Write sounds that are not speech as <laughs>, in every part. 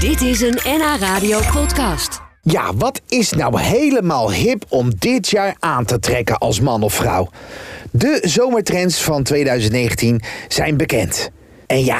Dit is een NH Radio podcast. Ja, wat is nou helemaal hip om dit jaar aan te trekken als man of vrouw? De zomertrends van 2019 zijn bekend. En ja,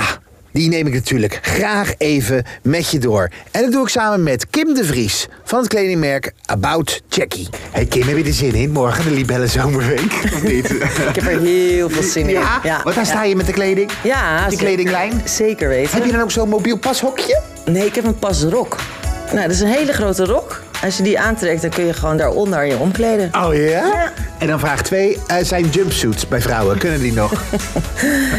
die neem ik natuurlijk graag even met je door. En dat doe ik samen met Kim de Vries van het kledingmerk About Jackie. Hey Kim, heb je er zin in? Morgen de Libelle <laughs> Zomerweek? Of niet? Ik heb er heel veel zin in. ja, want daar sta je met de kleding. Ja, Die zeker. kledinglijn. Zeker weten. Heb je dan ook zo'n mobiel pashokje? Nee, ik heb een pasrok. Nou, dat is een hele grote rok. Als je die aantrekt, dan kun je gewoon daaronder je omkleden. Oh ja? En dan vraag 2. zijn jumpsuits bij vrouwen, kunnen die nog? <laughs>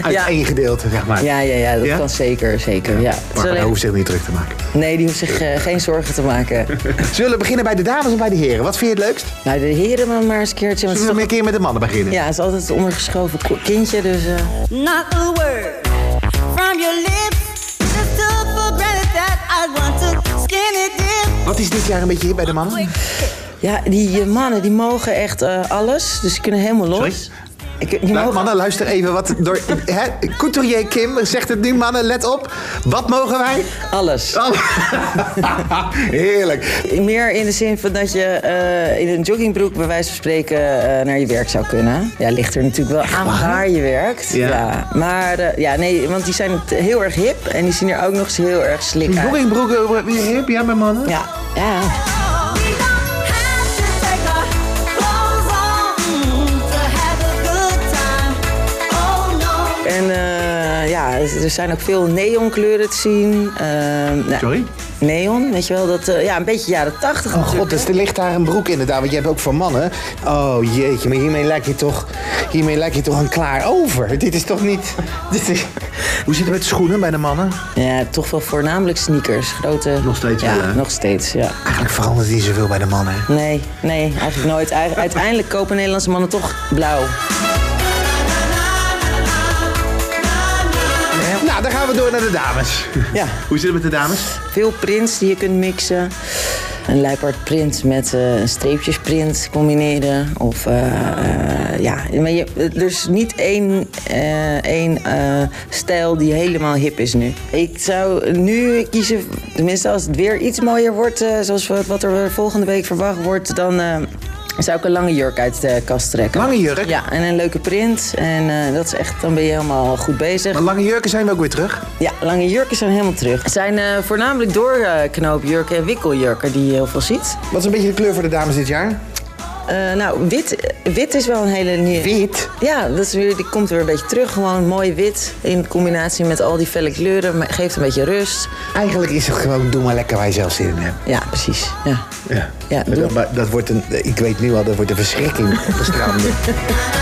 Uit Ja. één gedeelte, zeg maar. Ja, ja, ja, dat Ja? kan zeker, zeker. Ja. Het is Maar hij alleen- hoeft zich niet druk te maken. Nee, die hoeft zich eh, geen zorgen te <laughs> maken. Zullen we beginnen bij de dames of bij de heren? Wat vind je het leukst? nou, de heren maar, maar eens een keertje. want het Zullen is we toch- een keer met de mannen beginnen? ja, het is altijd het ondergeschoven ko- kindje, dus... eh, Not a word from your lips. Just took for granted that I want to skin it dip. Wat is dit jaar een beetje hip bij de mannen? ja, die eh, mannen, die mogen echt eh, alles. Dus die kunnen helemaal los. Sorry? Ik, die Nou, mogen- mannen, luister even wat door... <laughs> hè, Couturier Kim zegt het nu, mannen, let op. Wat mogen wij? Alles. Oh. <laughs> Heerlijk. Meer in de zin van dat je eh, in een joggingbroek bij wijze van spreken eh, naar je werk zou kunnen. Ja, ligt er natuurlijk wel aan waar je werkt. Ja. Ja. Maar eh, ja, nee, want die zijn t- heel erg hip en die zien er ook nog eens heel erg slik uit. Joggingbroeken, eh, hip, ja, bij mannen? Ja, ja. We don't have to take our clothes off to have a good time. Oh no. En eh, ja, er zijn ook veel neonkleuren te zien. Ehm, nou, Sorry? Neon, weet je wel, dat, eh, ja, een beetje jaren tachtig Oh god, dus er ligt daar een broek inderdaad, want je hebt ook voor mannen. Oh jeetje, maar hiermee lijkt je toch, hiermee lijkt je toch een klaar over. Dit is toch niet... <laughs> Dit is... Hoe zit het met schoenen bij de mannen? Ja, toch wel voornamelijk sneakers. Grote... Nog steeds ja. wel, hè? nog steeds, ja. Eigenlijk verandert niet zoveel bij de mannen. Nee, nee, eigenlijk nooit. Eigen- Uiteindelijk kopen Nederlandse mannen toch blauw. Nou, dan gaan we door naar de dames. Ja, Hoe zit het met de dames? veel prints die je kunt mixen. Een luipaardprint met eh, een streepjesprint combineren. Of eh, eh, ja, maar je, er is niet één, eh, één eh, stijl die helemaal hip is nu. Ik zou nu kiezen, tenminste als het weer iets mooier wordt, eh, zoals wat, wat er volgende week verwacht wordt, dan eh, zou ik een lange jurk uit de kast trekken. Lange jurk? Ja, en een leuke print. En eh, dat is echt, dan ben je helemaal goed bezig. Maar lange jurken zijn we ook weer terug. Ja, lange jurken zijn helemaal terug. Het zijn eh, voornamelijk doorknoopjurken en wikkeljurken die je heel veel ziet. Wat is een beetje de kleur voor de dames dit jaar? Eh, nou, wit, wit is wel een hele nieuwe... Wit. Ja, dat is weer, die komt weer een beetje terug. Gewoon mooi wit in combinatie met al die felle kleuren. maar Geeft een beetje rust. Eigenlijk is het gewoon, doe maar lekker waar je zelf zin in hebt. Ja, precies. Ja. Ja. Ja, Maar dat, doe. maar dat wordt een, ik weet nu al, dat wordt een <laughs> verschrikking op de stranden. Oh,